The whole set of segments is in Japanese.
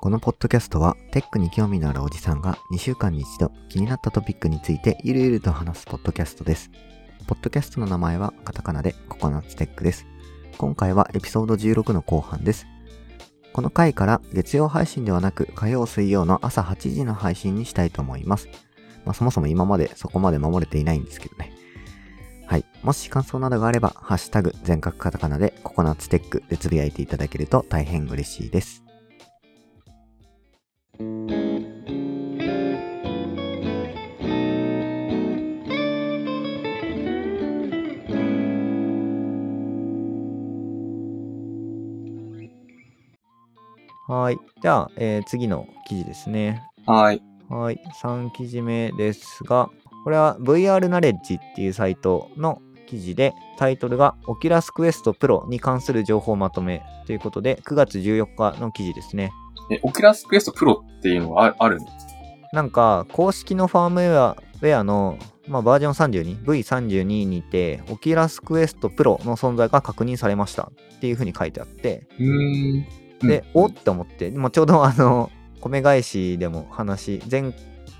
このポッドキャストはテックに興味のあるおじさんが2週間に一度気になったトピックについてゆるゆると話すポッドキャストです。ポッドキャストの名前はカタカナでココナッツテックです。今回はエピソード16の後半です。この回から月曜配信ではなく火曜水曜の朝8時の配信にしたいと思います。まあ、そもそも今までそこまで守れていないんですけどね。はい。もし感想などがあれば、ハッシュタグ全角カタカナでココナッツテックでつぶやいていただけると大変嬉しいです。はい。じゃあ、えー次の記事ですね。はい。はい。3記事目ですが、これは VR ナレッジっていうサイトの記事で、タイトルが Oculus Quest Pro に関する情報まとめということで、9月14日の記事ですね。え、オキュラスクエストプロっていうのはああるのなんか、公式のファームウェアウェアの、まあ、バージョン32、V32 にて、Oculus Quest Pro の存在が確認されましたっていうふうに書いてあって、うーん。で、うんおって思って、まあ、ちょうどあの、米返しでも話、前、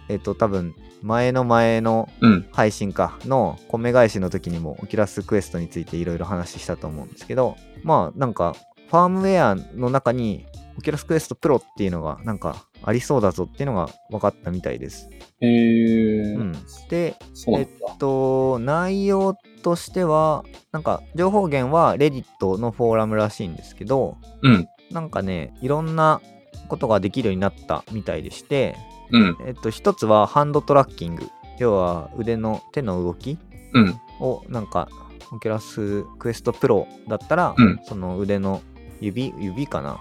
えっと、多分、前の前のうん。配信かの米返しの時にも、オキュラスクエストについていろいろ話したと思うんですけど、まあ、なんか、ファームウェアの中に、オキュラスクエストプロっていうのが、なんか、ありそうだぞっていうのが分かったみたいです。えー、うん。で、そうなんだ。えっと、内容としては、なんか、情報源は Reddit のフォーラムらしいんですけど、うん。なんかね、いろんなことができるようになったみたいでして、うん。えっと、一つはハンドトラッキング。要は腕の手の動きうん。をなんか、オキュラスクエストプロだったら、うんその腕の指、指かな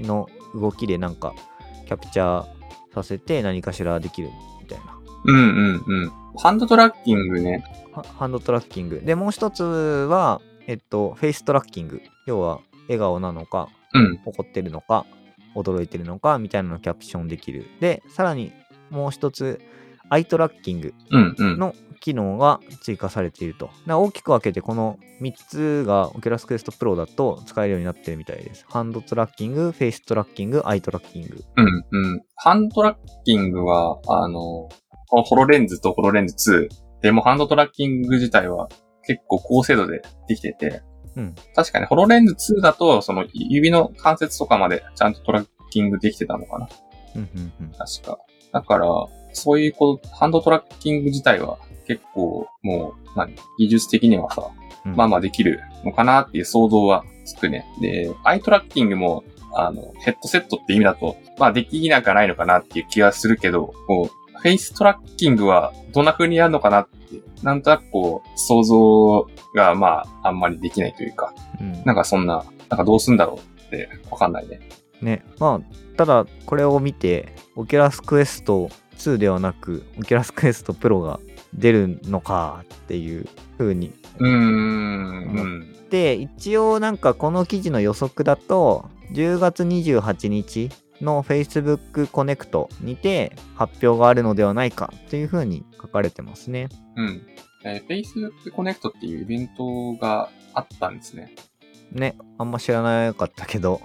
の動きでなんかキャプチャーさせて何かしらできるみたいな。うん。うん。うん。ハンドトラッキングね。はハンドトラッキング。で、もう一つは、えっと、フェイストラッキング。要は笑顔なのか、うん。怒ってるのか驚いてるのかみたいなのをキャプションできるでさらにもう一つアイトラッキングうん。うん。の機能が追加されているとな大きく分けてこの3つが Oculus Quest Pro だと使えるようになってるみたいですハンドトラッキングフェイストラッキングアイトラッキングうん。うん。ハンドトラッキングは、あの、このホロレンズとホロレンズ2。でもハンドトラッキング自体は結構高精度でできてて。うん。確かにホロレンズ2だと、その指の関節とかまでちゃんとトラッキングできてたのかな。うんうんうん確か。だから、そういうこと、ハンドトラッキング自体は結構もう、何技術的にはさ、うんまあまあできるのかなっていう想像はつくね。で、アイトラッキングも、あの、ヘッドセットって意味だと、まあできなくはないのかなっていう気がするけど、こう、フェイストラッキングはどんな風にやるのかなって、なんとなくこう、想像がまあ、あんまりできないというか、うんなんかそんな、なんかどうすんだろうってわかんないね。ねまあただこれを見て Oculus Quest 2ではなく Oculus Quest Pro が出るのかっていう風にうーん、うん。で一応なんかこの記事の予測だと10月28日の Facebook コネクトにて発表があるのではないかというふうに書かれてますね。うん。えー Facebook Connect っていうイベントがあったんですね。ねあんま知らなかったけど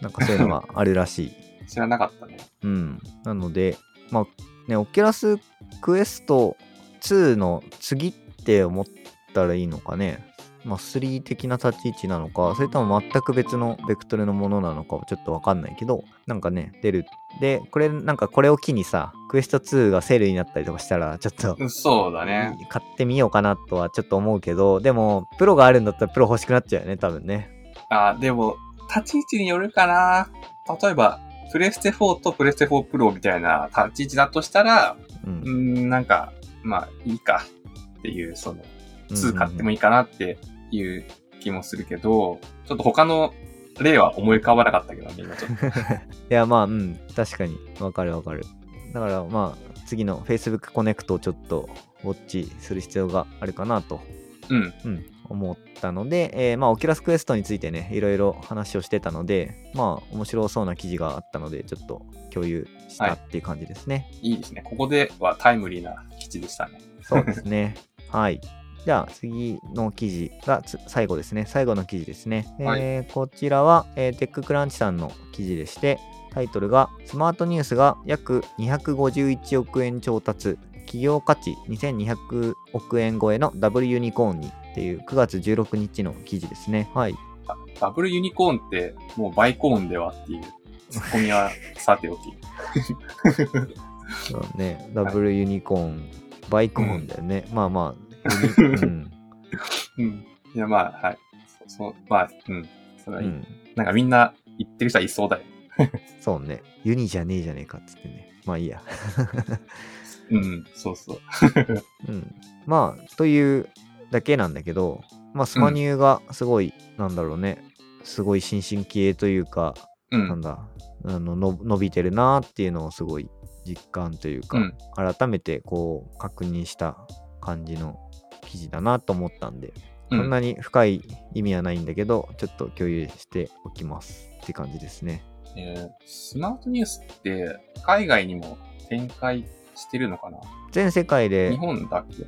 なんかそういうのがあるらしい。知らなかったね。うん、なのでまあねオキュラスクエスト2の次って思ったらいいのかねまあ3的な立ち位置なのかそれとも全く別のベクトルのものなのかはちょっとわかんないけどなんかね出るでこれなんかこれを機にさクエスト2がセールになったりとかしたらちょっとうんそうだね。買ってみようかなとはちょっと思うけどでもプロがあるんだったらプロ欲しくなっちゃうよね多分ねあー、でも、立ち位置によるかな。例えば、プレステ4とプレステ4プロみたいな立ち位置だとしたら、ううんーん、なんか、まあ、いいかっていう、その、2買ってもいいいいかなっていう気もするけど、ちょっと他の例は思い浮かばなかったけどね、今ちょっ と。いやまあうん確かにわかるわかるだからまあ次の Facebook コネクトをちょっとウォッチする必要があるかなとうん。うん思ったので、えーまあ、オキュラスクエストについてね、いろいろ話をしてたので、まあ、面白そうな記事があったので、ちょっと共有したっていう感じですね。いいですね。ここではタイムリーな基地でしたね。そうですね。はい。じゃあ、次の記事がつ最後ですね。最後の記事ですね。はいえーこちらは、えーテッククランチさんの記事でして、タイトルが、スマートニュースが約251億円調達、企業価値2200億円超えのダブルユニコーンにっていう9月16日の記事ですね。はい。ダブルユニコーンって、もうバイコーンではっていう、ツッコミはさておき。そうね、ダブルユニコーン、バイコーンだよね。まあまあ、 ユニうん。 うん。いや、まあ、はい。そそう、まあ、うん。それうはいい。んなんかみんな言ってる人はいそうだよ。そうね。ユニじゃねえじゃねえかっつってね。まあいいや。うん、そうそう。うん。まあ、というだけなんだけど、まあ、スマニューがすごい、なんだろうね。すごい新進気鋭というか、うなんん。だ、あのの伸びてるなーっていうのをすごい実感というか、うん改めてこう確認した感じの記事だなと思ったんで、うんそんなに深い意味はないんだけど、ちょっと共有しておきますって感じですね。えースマートニュースって、海外にも展開してるのかな全世界日で、本だっけ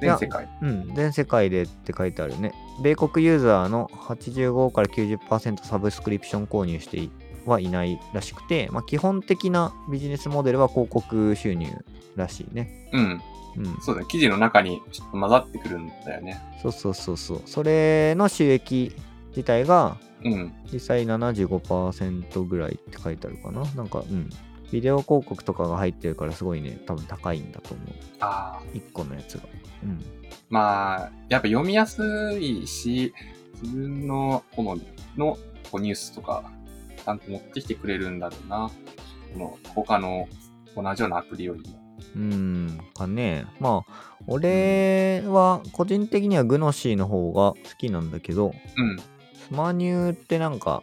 全世界。うん、全世界でって書いてあるね。米国ユーザーの85から90%サブスクリプション購入していはいないらしくて、まあ、基本的なビジネスモデルは広告収入らしいね。うん。うん、そうだね。記事の中にちょっと混ざってくるんだよね。そうそうそうそう。それの収益自体がうん。実際75%ぐらいって書いてあるかな。なんか、うん。ビデオ広告とかが入ってるからすごいね、多分高いんだと思う。ああ。 1個のやつが。うん。まあ、やっぱ読みやすいし、自分の好みのこうニュースとか、ちゃんと持ってきてくれるんだろうな。この他の同じようなアプリよりも。うーん、かね。まあ、俺は個人的にはグノシーの方が好きなんだけど、うん。スマニューってなんか、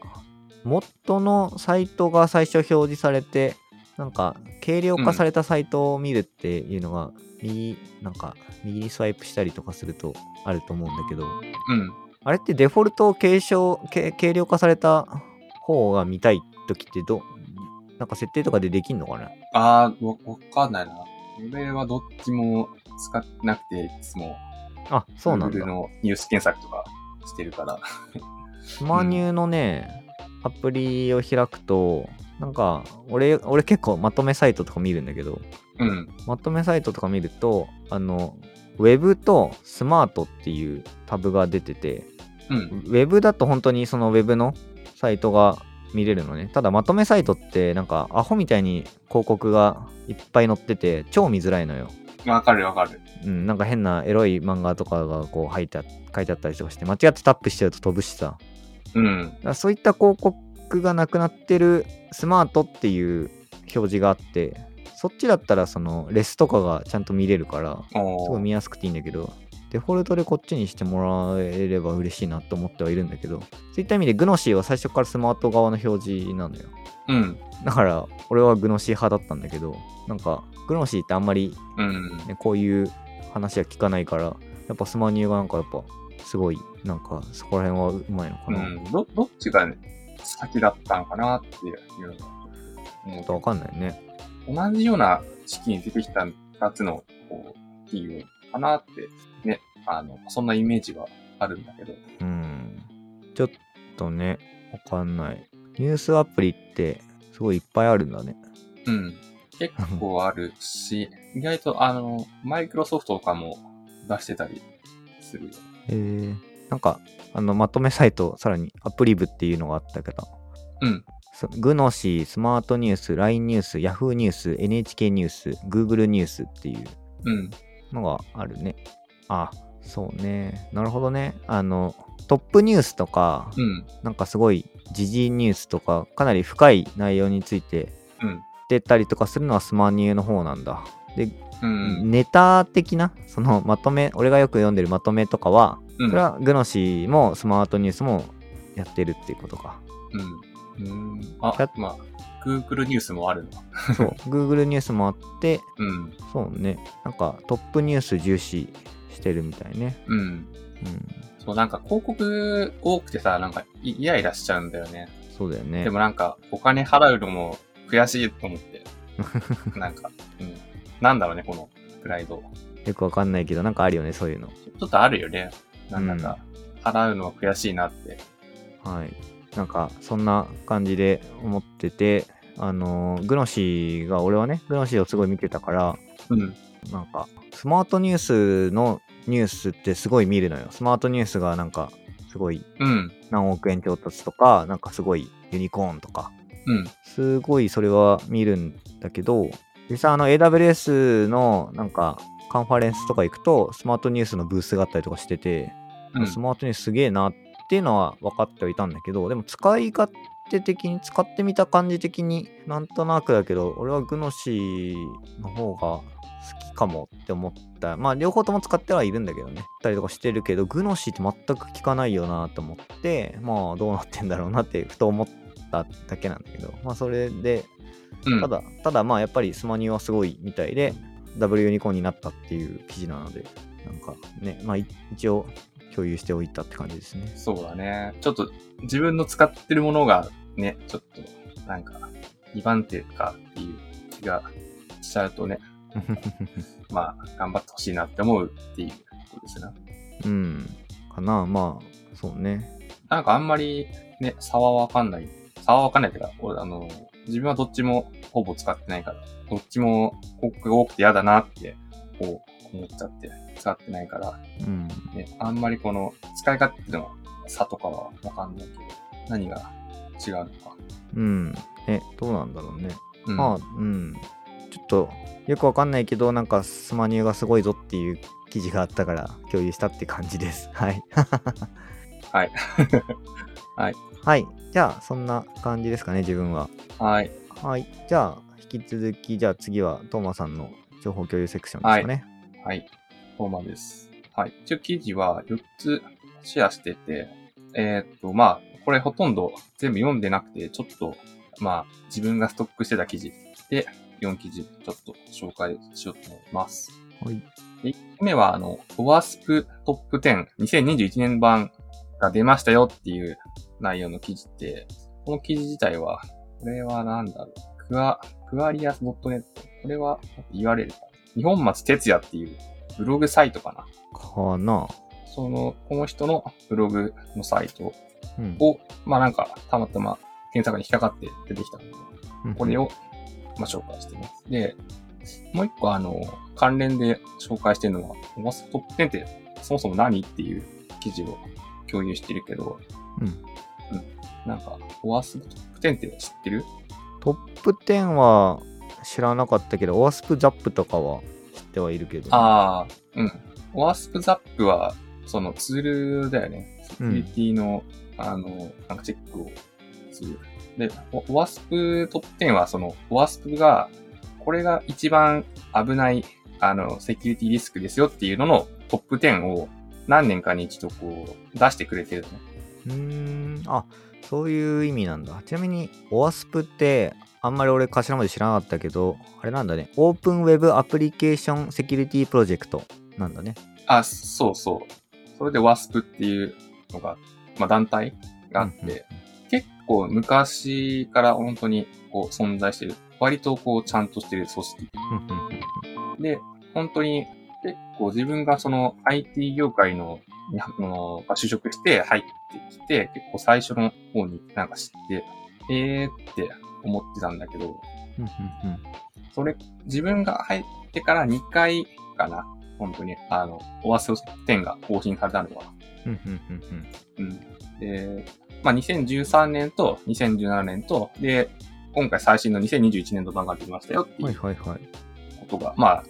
元のサイトが最初表示されて、なんか、軽量化されたサイトを見るっていうのが、右、なんか、右にスワイプしたりとかするとあると思うんだけど、うん。あれってデフォルトを継承、け軽量化された方が見たいときってど、なんか設定とかでできんのかなああ、わわかんないな。俺はどっちも使ってなくて、いつもあ、そうなん Google だ。のニュース検索とかしてるから。スマニューのね、アプリを開くと、なんか、俺、俺結構まとめサイトとか見るんだけど、うん。まとめサイトとか見るとあのウェブとスマートっていうタブが出ててうん。ウェブだと本当にそのウェブのサイトが見れるのねただまとめサイトってなんかアホみたいに広告がいっぱい載ってて超見づらいのよ、わかるわかる。うん、なんか変なエロい漫画とかがこう書いてあ書いてあったりとかして間違ってタップしちゃうと飛ぶしさうんだ。からそういった広告がなくなってるスマートっていう表示があってそっちだったらそのレスとかがちゃんと見れるからすおごいー見やすくていいんだけど、デフォルトでこっちにしてもらえれば嬉しいなと思ってはいるんだけど、そういった意味でグノシーは最初からスマート側の表示なのよ。うん。だから、俺はグノシー派だったんだけど、なんか、グノシーってあんまり、うん。ね、こういう話は聞かないから、やっぱスマニューがなんかやっぱ、すごい、なんか、そこら辺はうまいのかうな。ん。ど、どっちが先だったのかなっていうのがちょ思っとわかんないね。う同じような式に出てきた2つのこう企業かなって、ね、あの、そんなイメージはあるんだけど。うん。ちょっとね、わかんない。ニュースアプリって、すごいいっぱいあるんだね。うん。結構ある し、意外とあの、マイクロソフトとかも出してたりするよ。えー、なんかあのまとめサイトさらにアプリ部っていうのがあったけどうん。そグノシースマートニュース LINE ニュース Yahoo ニュース NHK ニュース Google ニュースっていううん。のがあるねあそうねなるほどねあのトップニュースとか、うん。なんかすごい時事ニュースとかかなり深い内容についてうん。出たりとかするのはスマニューの方なんだで、うん。ネタ的なそのまとめ俺がよく読んでるまとめとかはうん。それはグノシーもスマートニュースもやってるっていうこと か。うん。うん。あキャ、まあ、Google ニュースもあるな。そう。Google ニュースもあって、うん。そうね。なんかトップニュース重視してるみたいね。うん。ううん。そう、なんか広告多くてさ、なんかイイライラしちゃうんだよね。そうだよね。でもなんか、お金払うのも悔しいと思 って。なんか、うん。なんだろうね、このプライド。よくわかんないけど、なんかあるよね、そういうの。ちょっとあるよね。なんだか、払うのは悔しいなって。はい。なんか、そんな感じで思ってて、あのー、グノシーが、俺はね、グノシーをすごい見てたから、うん。なんか、スマートニュースのニュースってすごい見るのよ。スマートニュースがなんか、すごいうん。何億円調達とか、なんかすごいユニコーンとか、うん。すごいそれは見るんだけど、実際あの AWS のなんかカンファレンスとか行くと、スマートニュースのブースがあったりとかしてて、うん。スマートニュースすげえなっていうのは分かってはいたんだけど、でも使い勝手的に、使ってみた感じ的になんとなくだけど、俺はグノシーの方が好きかもって思った。まあ両方とも使ってはいるんだけどね。ったりとかしてるけど、グノシーって全く効かないよなと思って、まあどうなってんだろうなってふと思っただけなんだけど、まあそれで、うんただ、ただまあやっぱりスマニュはすごいみたいで、W ユニコーンになったっていう記事なので、なんかね、まあい一応共有しておいたって感じですね。そうだね。ちょっと自分の使ってるものがね、ちょっとなんか2番手かっていう気がしちゃうと ね、まあ頑張ってほしいなって思うっていうことですね。うん。かな、まあ、そうね。なんかあんまりね、差はわかんない。差はわかんないっていうか、俺あの、自分はどっちもほぼ使ってないから、どっちも広告が多くて嫌だなって、こう思っちゃって、使ってないから、うん。ね、あんまりこの使い勝手の差とかはわかんないけど、何が違うのか。うん。え、どうなんだろうね。うんまあ、うん。ちょっと、よくわかんないけど、なんかスマニュがすごいぞっていう記事があったから共有したって感じです。はい。 はい。はい。はい。じゃあ、そんな感じですかね、自分は。はい。はい。じゃあ、引き続き、じゃあ次は、トーマさんの情報共有セクションですかね。はい。そうなんです。はい。一応記事は4つシェアしてて、えーっと、まあ、これほとんど全部読んでなくて、ちょっと、まあ、自分がストックしてた記事で、4記事ちょっと紹介しようと思います。はいで。1個目は、あの、ワースプトップ10、2021年版が出ましたよっていう内容の記事で、この記事自体は、これはなんだろう。クア、クアリアス .net。これは URL か。日本松哲也っていうブログサイトかな。かな。その、この人のブログのサイトうん。を、まあなんか、たまたま検索に引っかかって出てきたので、うんこれ。を、まあ紹介してます。で、もう一個あの、関連で紹介してるのは、マストップ10ってそもそも何っていう記事を共有してるけど、うん。なんか、オアストップ10って知ってるトップ10は知らなかったけど、オアスプジャップとかは知ってはいるけど。ああ、うん。オアスプザップは、そのツールだよね。セキュリティの、あの、なんかチェックをする。で、オオアスプトップ10は、その、オアスプが、これが一番危ない、あの、セキュリティリスクですよっていうののトップ10を何年かに一度こう、出してくれてるのね。うーん。あ、そういう意味なんだ。ちなみに、オアスプって、あんまり俺頭文字知らなかったけど、あれなんだね。オープンウェブアプリケーションセキュリティプロジェクトなんだね。あ、そうそう。それでワスプっていうのが、まあ団体があって、うんうん結構昔から本当にこう存在してる。割とこうちゃんとしてる組織。うんうんうんで、本当に結構自分がその IT 業界の、にあの、就職して入ってきて、結構最初の方になんか知って、えーって思ってたんだけど、うんうんうん。それ、自分が入ってから2回かな。本当に、あの、オアス点が更新されたのは。うんうんうんうんうん。で、まあ、2013年と2017年と、で、今回最新の2021年度版が出ましたよっていはいうはいはい。ことが、まあ、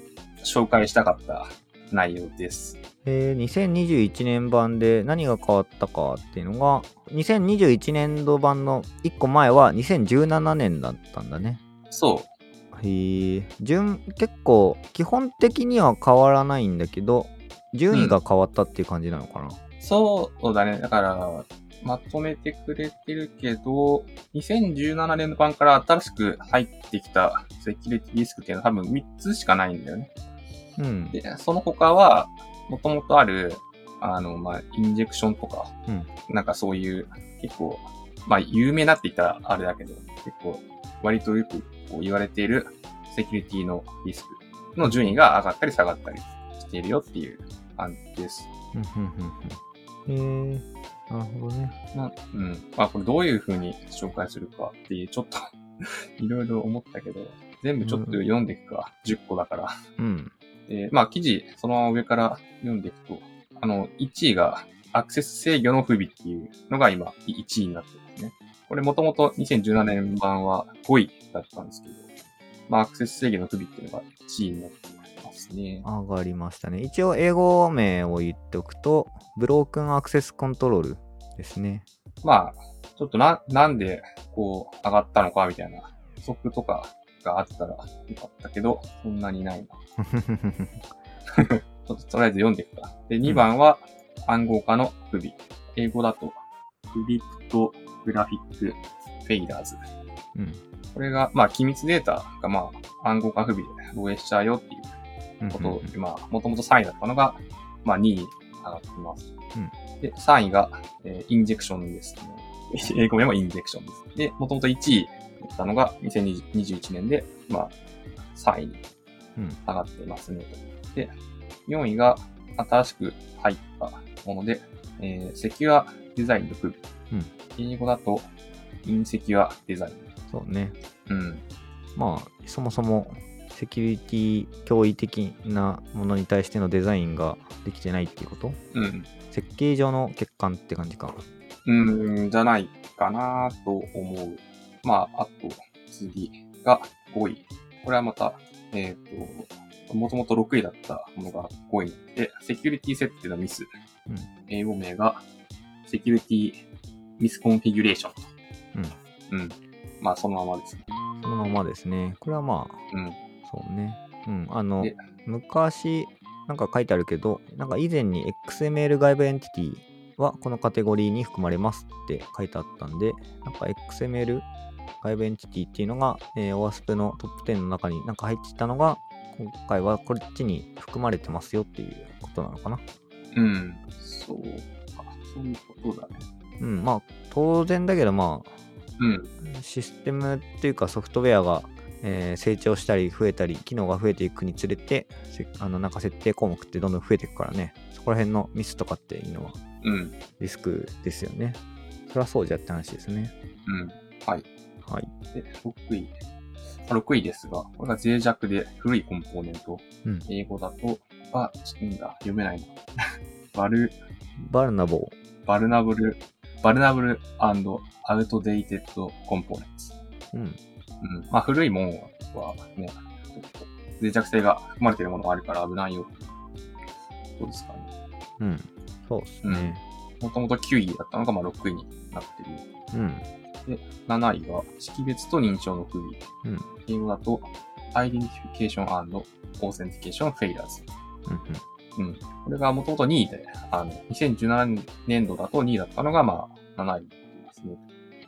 紹介したかった内容です。えー2021年版で何が変わったかっていうのが2021年度版の1個前は2017年だったんだねそへー順結構基本的には変わらないんだけど順位が変わったっていう感じなのかな、う。そうだね。だから、まとめてくれてるけど、2017年版から新しく入ってきたセキュリティリスクっていうのは多分3つしかないんだよね。うんで、その他は、もともとある、あの、まあ、インジェクションとか、うんなんかそういう、結構、まあ、有名なって言ったらあれだけど、結構、割とよくこう言われているセキュリティのリスクの順位が上がったり下がったりしているよっていう感じです。うんうんうんうん。へえなるほどね。まあ、うん。まあ、これどういう風に紹介するかっていう、ちょっと、 いろいろ思ったけど、全部ちょっと読んでいくか、10個だから。うん。えーまあ、記事、そのまま上から読んでいくと、あの、1位が、アクセス制御の不備っていうのが今、1位になってますね。これもともと2017年版は5位だったんですけど、まあ、アクセス制御の不備っていうのが1位になってますね。上がりましたね。一応、英語名を言っておくと、ブロークンアクセスコントロールです ね。まあ、ちょっとな、なんで、こう、上がったのかみたいな、不足とかがあったらよかったけど、そんなにないな。ちょっととりあえず読んでいくか。で、2番は暗号化の不備。英語だと、クリプトグラフィックフェイラーズ。うん。これが、まあ、機密データが、まあ、暗号化不備で漏洩しちゃうよっていううんこうとんで、まあ、もともと3位だったのが、まあ、2位に上がってます。で、3位が、えーインジェクションですね。 英語名もインジェクションです。で、もともと1位だったのが、2021年で、まあ、3位にうん上がってますね。で、4位が、新しく入ったもので、えーセキュアデザインの部分。英語だと、インセキュアデザイン。そうね。うん。まあそもそもセキュリティ脅威的なものに対してのデザインができてないっていうことうん。設計上の欠陥って感じか。うーん、じゃないかなと思う。まあ、あと、次が5位。これはまた、えっ、と、もともと6位だったものが5位になって、セキュリティ設定のミス。うん英語名が、セキュリティミスコンフィギュレーションと。うん。うん。まあ、そのままですね。そのままですね。これはまあ、うん。そうね。うん。あので、昔、なんか書いてあるけど、なんか以前に XML 外部エンティティはこのカテゴリーに含まれますって書いてあったんで、なんか XML 外部エンティティっていうのが、えー、OWASP のトップ10の中になんか入ってたのが、今回はこっちに含まれてますよっていうことなのかな。うん。そうか。そういうことだね。うん、まあ当然だけど、まあうん。システムっていうかソフトウェアが、えー成長したり増えたり機能が増えていくにつれてせあのなんか設定項目ってどんどん増えていくからねそこら辺のミスとかっていうのはうん。リスクですよねそりゃそうじゃって話ですねうん。はい。はいで、6位。まあ6位ですが、これが脆弱で古いコンポーネント。うん英語だと、あ、ちょっとなんだ、読めない な。バル、バルナボバルナブル、バルナブルアウトデイテッドコンポーネンツ。ーうんうん。まあ、古いもんはね、ちょっと脆弱性が含まれているものがあるから危ないよ。どうですかね。うんそうっすねもともと9位だったのが、まあ、6位になってる。うん、 7位が、識別と認証の不備。うん英語だと、アイデンティフィケーションオーセンティケーションフェイラーズ。うんうん。これがもともと2位で、あの、2017年度だと2位だったのが、まあ、7位ですね。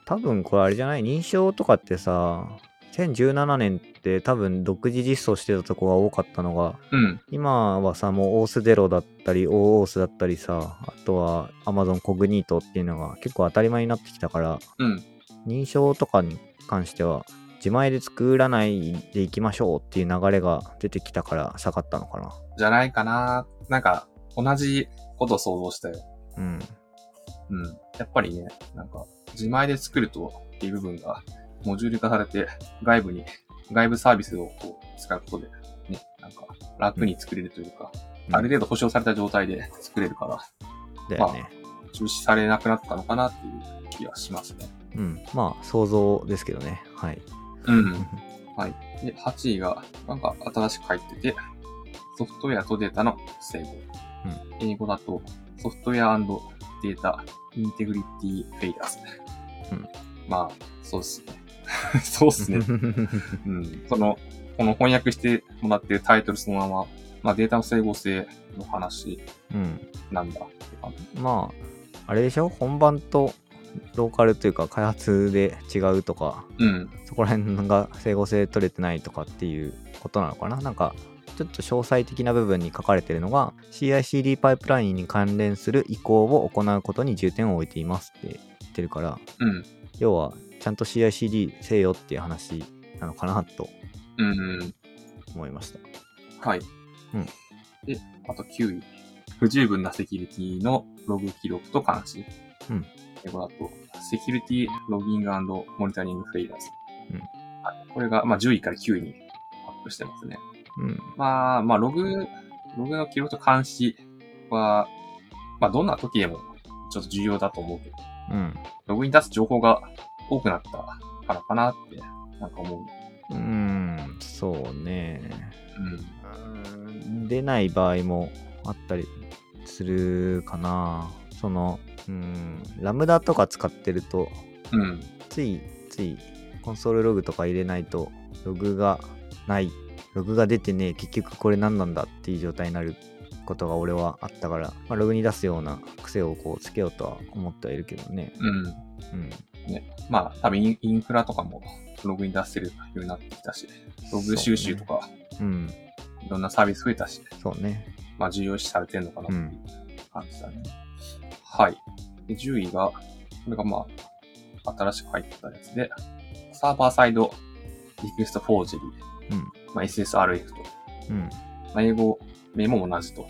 多分これあれじゃない認証とかってさ2017年って多分独自実装してたとこが多かったのがうん。今はさもうオースゼロだったりオーオースだったりさあとはアマゾンコグニートっていうのが結構当たり前になってきたからうん。認証とかに関しては自前で作らないでいきましょうっていう流れが出てきたから下がったのかなじゃないかな。なんか、同じことを想像したよ。うんうん。やっぱりね、なんか、自前で作るとっていう部分が、モジュール化されて、外部に、外部サービスをこう使うことで、ね、なんか、楽に作れるというか、ある程度保証された状態で作れるから、だよね、中止されなくなったのかなっていう気がしますね。うんまあ想像ですけどねはいうん。で、8位が、なんか新しく入ってて、ソフトウェアとデータの整合。英語だと、ソフトウェアデータインテグリティフェイラーズ。うんまあ、そうっすね。 そうっ すね。うん。その、この翻訳してもらってるタイトルそのまま、まあデータの整合性の話うんなんだって感じ。まああれでしょ本番とローカルというか開発で違うとかうん。そこら辺が整合性取れてないとかっていうことなのかななんかちょっと詳細的な部分に書かれているのが CICD パイプラインに関連する移行を行うことに重点を置いていますって言ってるからうん。要はちゃんと CICD せよっていう話なのかなとうんうん。思いましたはい。うん。で、あと9位。不十分なセキュリティのログ記録と監視。うんで、この後、セキュリティロギングモニタリングフェイラーズ。うんはい。これが、まあ、10位から9位にアップしてますね。うんまあ、まあ、ログ、ログの記録と監視は、まあ、どんな時でもちょっと重要だと思うけど、うんログに出す情報が多くなったからかなって、なんか思うう。ーんそうねううん。ーん出ない場合もあったりするかなそのうーんラムダとか使ってるとうん。ついついコンソールログとか入れないとログがないログが出てねえ結局これ何なんだっていう状態になることが俺はあったから、まあ、ログに出すような癖をこうつけようとは思ってはいるけどねうん。うんまあ、多分インインフラとかもログに出せるようになってきたし、ログ収集とか、うんいろんなサービス増えたし、そうねまあ、重要視されてるのかなっていう感じだね。はい。で、10位が、これがまあ、新しく入ったやつで、サーバーサイドリクエストフォージリー、うんまあ、SSRF と、うんまあ、英語、名も同じと、う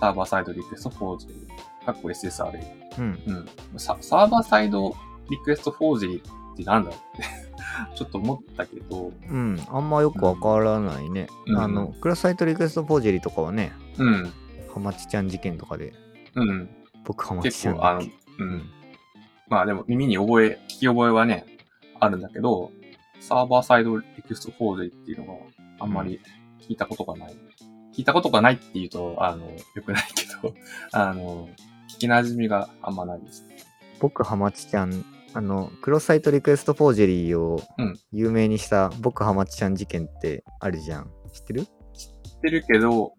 サーバーサイドリクエストフォージリー、かっこ SSRF。んうんうん。ササーバーサイドリクエストフォージリーってなんだろうって ちょっと思ったけど、うん、あんまよくわからないね、うんあのクロスサイトリクエストポージェリとかはねうん。ハマチちゃん事件とかでうん。僕ハマチち結ゃん構、あだっのけ、うん。まあでも耳に覚え、聞き覚えはね、あるんだけど、サーバーサイドリクエストフォージリーっていうのがあんまり聞いたことがない。聞いたことがないっていうと、あの、良くないけど、 あの、聞き馴染みがあんまないです。僕ハマチちゃんあのクロスサイトリクエストポージェリーをうん有名にした僕ハマチちゃん事件ってあるじゃん知ってる知ってるけど、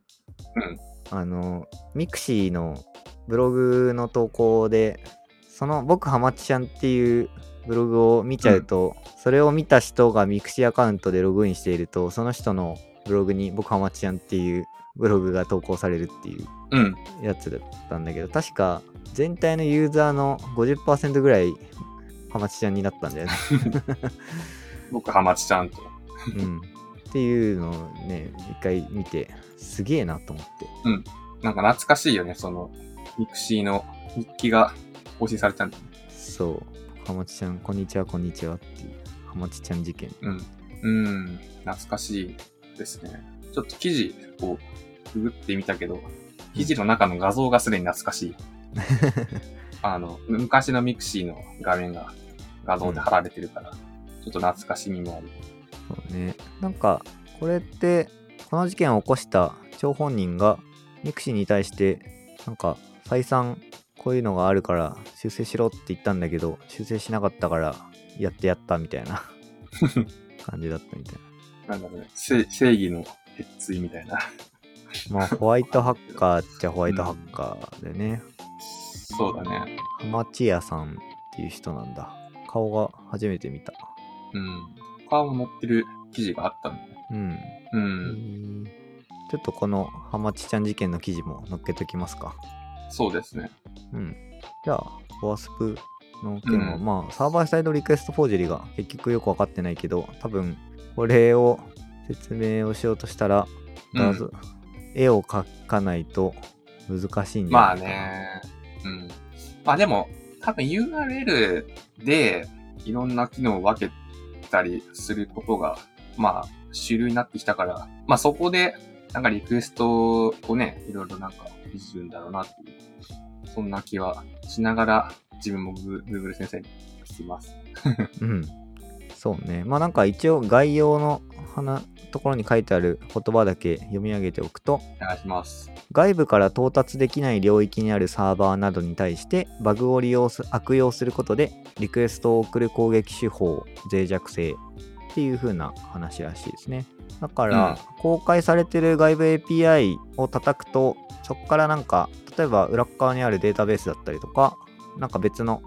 あのミクシーのブログの投稿でその僕ハマチちゃんっていうブログを見ちゃうと、それを見た人がミクシーアカウントでログインしているとその人のブログに僕ハマチちゃんっていうブログが投稿されるっていううん。やつだったんだけど確か全体のユーザーの50%ぐらいハマチちゃんになったんだよね、僕、ハマチちゃんと。うん、っていうのをね一回見てすげえなと思ってなんか懐かしいよね、その、ミクシーの日記が更新されたんだよね。そうハマチちゃんこんにちはこんにちはっていうハマチちゃん事件 うん。うん。懐かしいですね。ちょっと記事をググってみたけど、記事の中の画像がすでに懐かしい。あの、昔のミクシーの画面が画像で貼られてるから、ちょっと懐かしみもある。そうねなんかこれってこの事件を起こした張本人がミクシーに対してなんか再三こういうのがあるから修正しろって言ったんだけど修正しなかったからやってやったみたいな感じだったみたいなんだろうね、せ正義の鉄槌みたいな。なまあホワイトハッカーっちゃホワイトハッカーでね、そうだね。ハマチヤさんっていう人なんだ顔が初めて見たうん。他も載ってる記事があったんだね。うんうん。ちょっとこのハマチちゃん事件の記事も載っけときますかそうですね。うん。じゃあ、ワースプの件は、うんまあ、サーバーサイドリクエストフォージェリーが結局よく分かってないけど、多分、これを説明をしようとしたら、うん画像絵を描かないと難しいんじゃまあないかな。ね。うん。まあでも、多分 URL でいろんな機能を分けたりすることが、まあ、主流になってきたから、まあそこで、なんかリクエストをね、いろいろなんかいじるんだろうなっていう、そんな気はしながら、自分も Goo- Google 先生に聞きます。うん。そうね。まあなんか一応概要の花ところに書いてある言葉だけ読み上げておくと、お願いします。外部から到達できない領域にあるサーバーなどに対してバグを利用す悪用することでリクエストを送る攻撃手法脆弱性っていう風な話らしいですねだから、公開されてる外部 API を叩くとそこからなんか例えば裏っ側にあるデータベースだったりとかなんか別の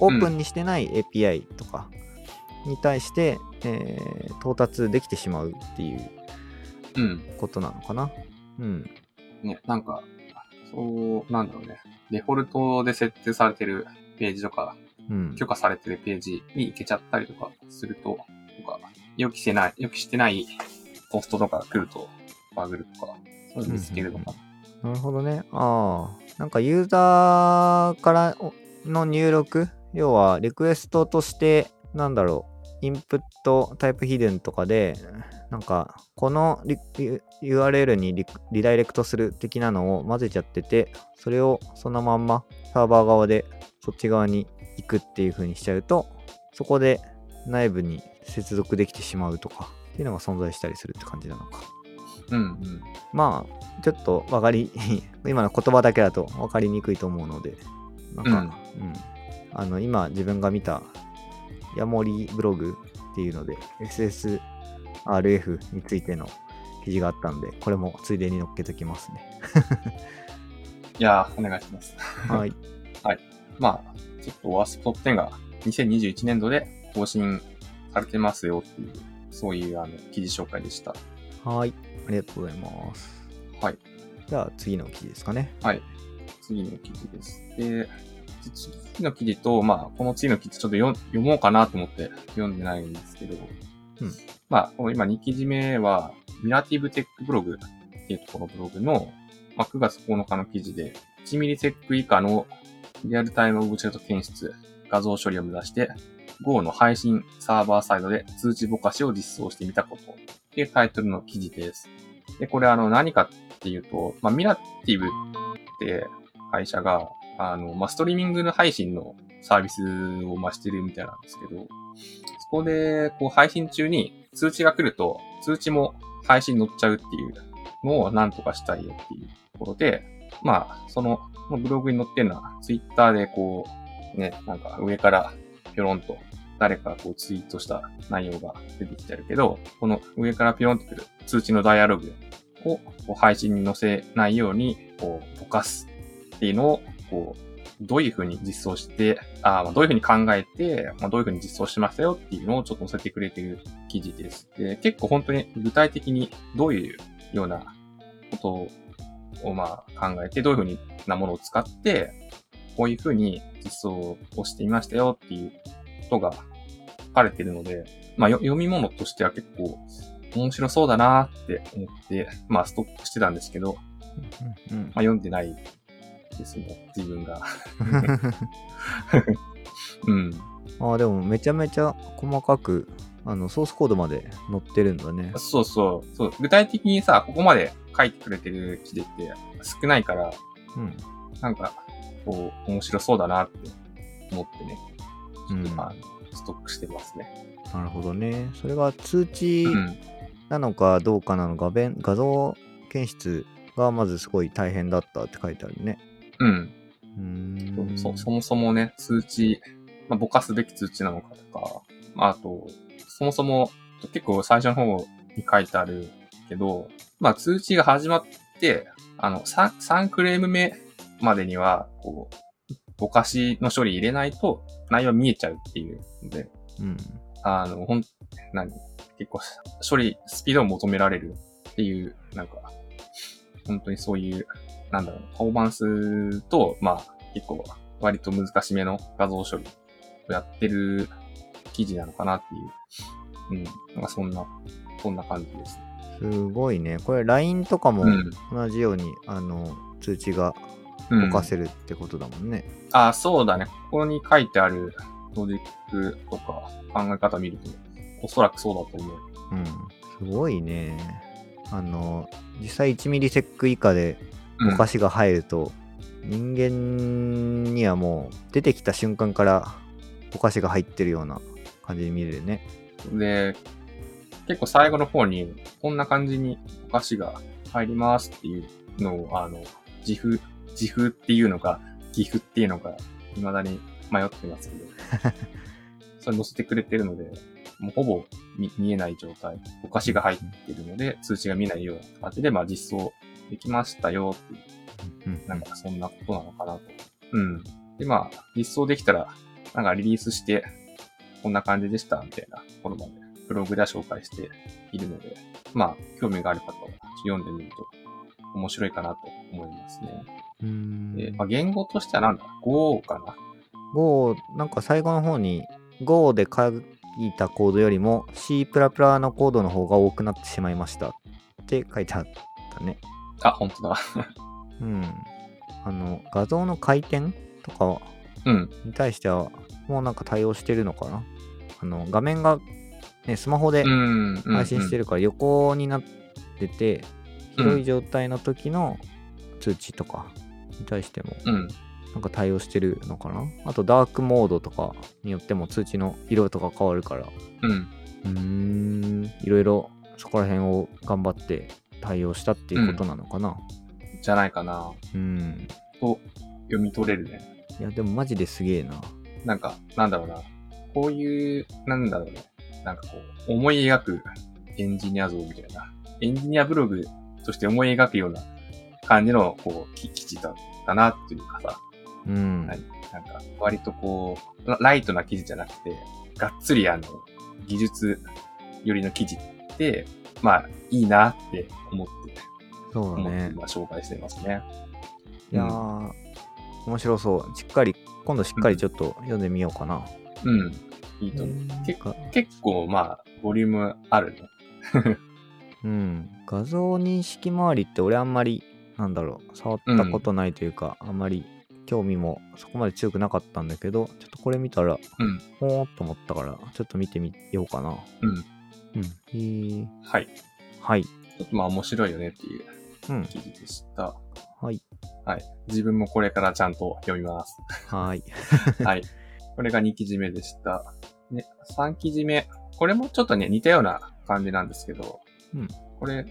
オープンにしてない API とかに対して、えー到達できてしまうっていううん。ことなのかな。うん。ね、なんか、そう、なんだろうね。デフォルトで設定されてるページとか、うん。許可されてるページに行けちゃったりとかすると、とか、予期してない、予期してないポストとか来ると、バグるとか、そういうの見つけるのかな。なるほどね。ああ。なんかユーザーからおの入力、要はリクエストとして、なんだろう、インプットタイプヒデンとかで、なんかこのリ URL にリリダイレクトする的なのを混ぜちゃってて、それをそのまんまサーバー側でそっち側に行くっていう風にしちゃうと、そこで内部に接続できてしまうとかっていうのが存在したりするって感じなのか。うん、うん。まあちょっと分かり 今の言葉だけだと分かりにくいと思うのでなんか、うんあの今自分が見たヤモリブログっていうので SSRF についての記事があったんでこれもついでに載っけときます ねいやー、お願いします。 はいまあ、ちょっとワーストトップ10が2021年度で更新されてますよっていう、そういうあの記事紹介でした。はいありがとうございますはいじゃあ次の記事ですかね次の記事です。で、次の記事と、まあ、この次の記事ちょっと読読もうかなと思って読んでないんですけど、うんまあ、この今2記事目は、ミラティブテックブログっていうところのブログの、まあ、9月9日の記事で、1ミリセック以下のリアルタイムオブジェクト検出、画像処理を目指して、Go の配信サーバーサイドで通知ぼかしを実装してみたことっていうタイトルの記事です。で、これあの何かっていうと、まあ、ミラティブって会社が、あの、まあ、ストリーミングの配信のサービスをまあしてるみたいなんですけど、そこで、こう配信中に通知が来ると、通知も配信に乗っちゃうっていうのをなんとかしたいよっていうところで、まあ、その、このブログに載ってるのは、ツイッターでこう、ね、なんか上からぴょろんと誰かがこうツイートした内容が出てきてるけど、この上からぴょろんとくる通知のダイアログをこう配信に載せないように、こう、ぼかすっていうのを、こう、どういうふうに実装して、あーまあどういうふうに考えて、まあ、どういうふうに実装しましたよっていうのをちょっと載せてくれてる記事です。で結構本当に具体的にどういうようなことをまあ考えて、どういうふうになものを使って、こういうふうに実装をしてみましたよっていうことが書かれてるので、まあよ読み物としては結構面白そうだなーって思って、まあストックしてたんですけど、うんうんまあ、読んでないですね、自 分が。うん。ああでもめちゃめちゃ細かくあのソースコードまで載ってるんだねそうそうそう。具体的にさ、ここまで書いてくれてる記事って少ないから、うんなんか、こう、面白そうだなって思ってね、ちょっとうんまあ、ストックしてますね。なるほどねそれが通知、うん。なのかどうかなのか弁画像検出がまずすごい大変だったって書いてあるね。うん。うーんそそもそもね、通知、まあ、ぼかすべき通知なのかとか、まあ、あと、そもそも、結構最初の方に書いてあるけど、まあ、通知が始まって、あの、3、三クレーム目までには、こう、ぼかしの処理入れないと、内容見えちゃうっていうので、うんあの、ほん、何結構、処理、スピードを求められるっていう、なんか、本当にそういう、なんだろう、パフォーマンスと、まあ、結構、割と難しめの画像処理をやってる記事なのかなっていう。うん。なんかそんな、そんな感じです。すごいね。これ LINE とかもうん同じように、あの通知がうんぼかせるってことだもんね。あ、そうだね。ここに書いてあるロジックとか考え方見ると、おそらくそうだと思う。うん、すごいね。あの実際1ミリセック以下でうんぼかしが入ると、人間にはもう出てきた瞬間からぼかしが入ってるような感じに見れるね。で、結構最後の方に、こんな感じにお菓子が入りますっていうのを、あの、自負、自負っていうのか、寄付っていうのか、未だに迷ってますけど。それ載せてくれてるので、もうほぼ見見えない状態。お菓子が入ってるので、通知が見ないような形で、まあ実装できましたよっていううんなんかそんなことなのかなと。うん。で、まあ、実装できたら、なんかリリースして、こんな感じでした、みたいなところまで、ブログでは紹介しているので、まあ、興味がある方は読んでみると面白いかなと思いますね。うーんでまあ、言語としてはなんだ ?Go かな Go、なんか最後の方に Go で書いたコードよりも C++ のコードの方が多くなってしまいましたって書いてあったね。あ、本当だ。 うん。あの、画像の回転とかうん。に対してはもうなんか対応してるのかなあの、画面が、ね、スマホでうん。うん配信してるから横になってて、うん広い状態の時の通知とかに対してもうん。なんか対応してるのかなあとダークモードとかによっても通知の色とか変わるからうん。うーんいろいろそこら辺を頑張って対応したっていうことなのかなじゃないかな。うん、と読み取れるね。いやでもマジですげえななんか、なんだろうな。こういう、なんだろうね。なんかこう、思い描くエンジニア像みたいな。エンジニアブログとして思い描くような感じの、こう、き記事だったなっていうかさ。うん、はいなんか、割とこう、ラライトな記事じゃなくて、がっつりあの、技術寄りの記事って、まあ、いいなって思って、そうだ思ってね今紹介してますね。いやー面白そうしっかり今度しっかりちょっと読んでみようかな、うん。いいと思う。結構、結構まあ、ボリュームあるね。うん、画像認識周りって俺あんまりなんだろう触ったことないというか、あんまり興味もそこまで強くなかったんだけどちょっとこれ見たらうん。ほーっと思ったからちょっと見てみようかなうん。うんえー、はい。ちはいょっとまあ、面白いよねっていううん記事でした。はいはい。自分もこれからちゃんと読みます。はーい はい。これが2記事目でした。で、3記事目。これもちょっとね、似たような感じなんですけど、うんこれ、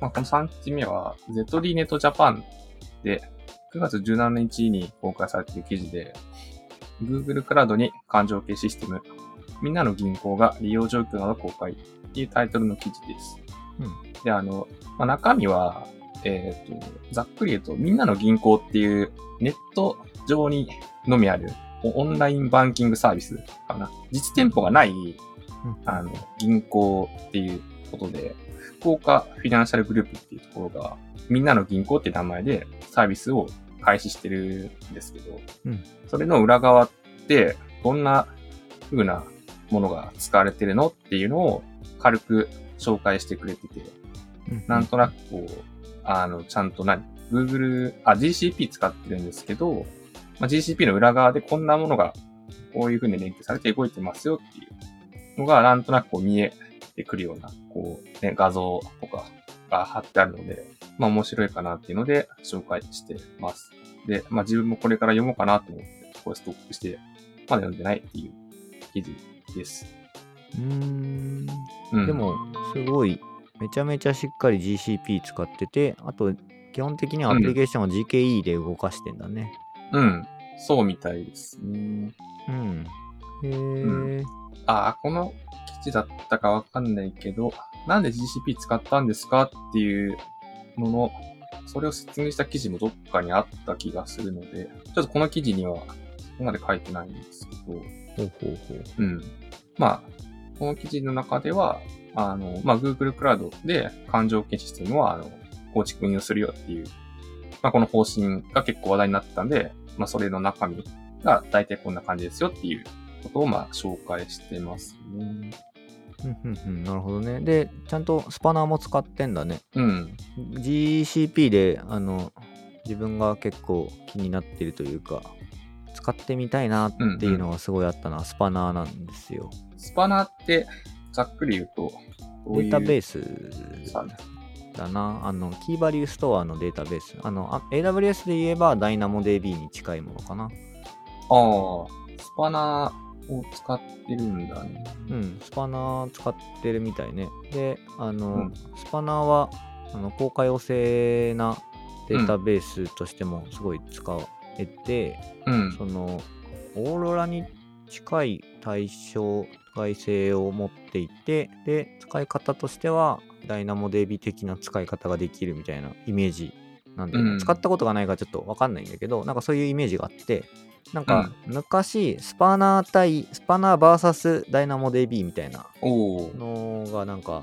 まあ、この3記事目は、ゼトリネットジャパンで、9月17日に公開されている記事で、Google クラウドに感情系システム、みんなの銀行が利用状況など公開っていうタイトルの記事です。うんで、あの、まあ、中身は、えっ、と、ざっくり言うと、みんなの銀行っていうネット上にのみあるオンラインバンキングサービスかな。実店舗がない、あの、銀行っていうことで、福岡フィナンシャルグループっていうところが、みんなの銀行って名前でサービスを開始してるんですけど、うんそれの裏側って、どんな風なものが使われてるのっていうのを軽く紹介してくれてて、なんとなくこう、あの、ちゃんと何 ?Google、あ、GCP 使ってるんですけど、まあ、GCP の裏側でこんなものが、こういう風に連携されて動いてますよっていうのが、なんとなくこう見えてくるような、こう、ね、画像とかが貼ってあるので、まあ面白いかなっていうので紹介してます。で、まあ自分もこれから読もうかなと思って、これストックして、まだ読んでないっていう記事です。うーんうん。で、もすごいめちゃめちゃしっかり GCP 使っててあと基本的にはアプリケーションを GKE で動かしてんだねうん。そうみたいですね。うん、へえ、うああ、この記事だったかわかんないけど、なんで GCP 使ったんですかっていうのの、それを説明した記事もどっかにあった気がするので、ちょっとこの記事にはそこまで書いてないんですけど、ほうほうほううん。まあ、この記事の中では、あの、まあ、Google クラウドで感情系システムは、あの、構築運用するよっていう、まあ、この方針が結構話題になってたんで、まあ、それの中身が大体こんな感じですよっていうことを、まあ、紹介してますね。うんうんうん、なるほどね。で、ちゃんとスパナーも使ってんだね。うん。 GCP で、あの、自分が結構気になってるというか、使ってみたいなっていうのがすごいあったのはスパナーなんですよ。スパナーって、ざっくり言うと、どうデいーうタベースサービスだな。あの、キーバリューストアのデータベース。あの、あ AWS で言えば DynamoDB に近いものかな。ああ、スパナーを使ってるんだね。うん、スパナー使ってるみたいね。で、あの、うんスパナーはあの高可用性なデータベースとしてもすごい使えて、うん。そのオーロラに近い対象外性を持っていて、で、使い方としてはダイナモ DB 的な使い方ができるみたいなイメージなんで、うん使ったことがないからちょっとわかんないんだけど、なんかそういうイメージがあって、なんか昔、スパナー対、スパナー VS ダイナモ DB みたいなおーのがなんか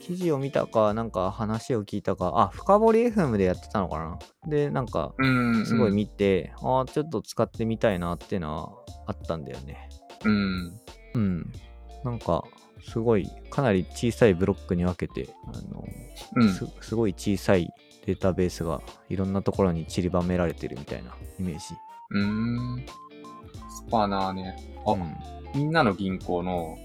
記事を見たか、なんか話を聞いたか、あ、深掘り FM でやってたのかな。で、なんか、うん。すごい見て、ああ、ちょっと使ってみたいなってのはあったんだよね。うん。うん。なんか、すごい、かなり小さいブロックに分けて、あの、うん。すすごい小さいデータベースがいろんなところに散りばめられてるみたいなイメージ。うーん。スパナーね。あうんみんなの銀行の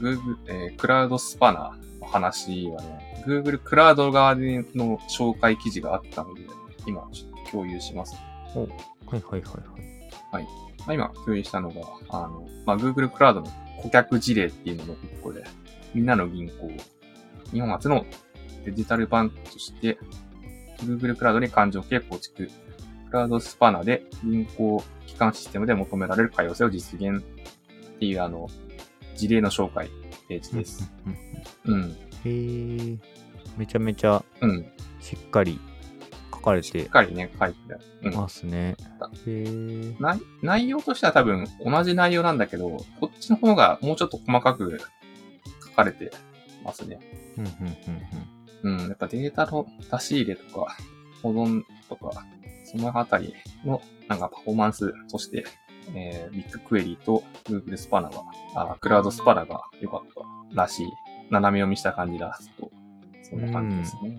う、 Google、えークラウドスパナーの話はね、Google クラウド側での紹介記事があったので、今ちょっと共有します。はいはいはいはい。まあ今共有したのが、あの、まあ、Google クラウドの顧客事例っていうのの一個で、みんなの銀行、日本初のデジタルバンクとして、Google クラウドに環状系構築、クラウドスパナで銀行機関システムで求められる可用性を実現っていうあの、事例の紹介ページです。うんうんうん。うんへえ、めちゃめちゃうん。しっかり書かれしってかりね、書いてある。うん。ますね。へえ、内内容としては多分同じ内容なんだけど、こっちの方がもうちょっと細かく書かれてますね。うんうんうん、やっぱデータの出し入れとか、 保存とか、そのあたりのなんかパフォーマンスとして、えー、ビッグクエリーと Google スパナが、あクラウドスパナが良かったらしい。斜め読みした感じだと、そんな感じですね。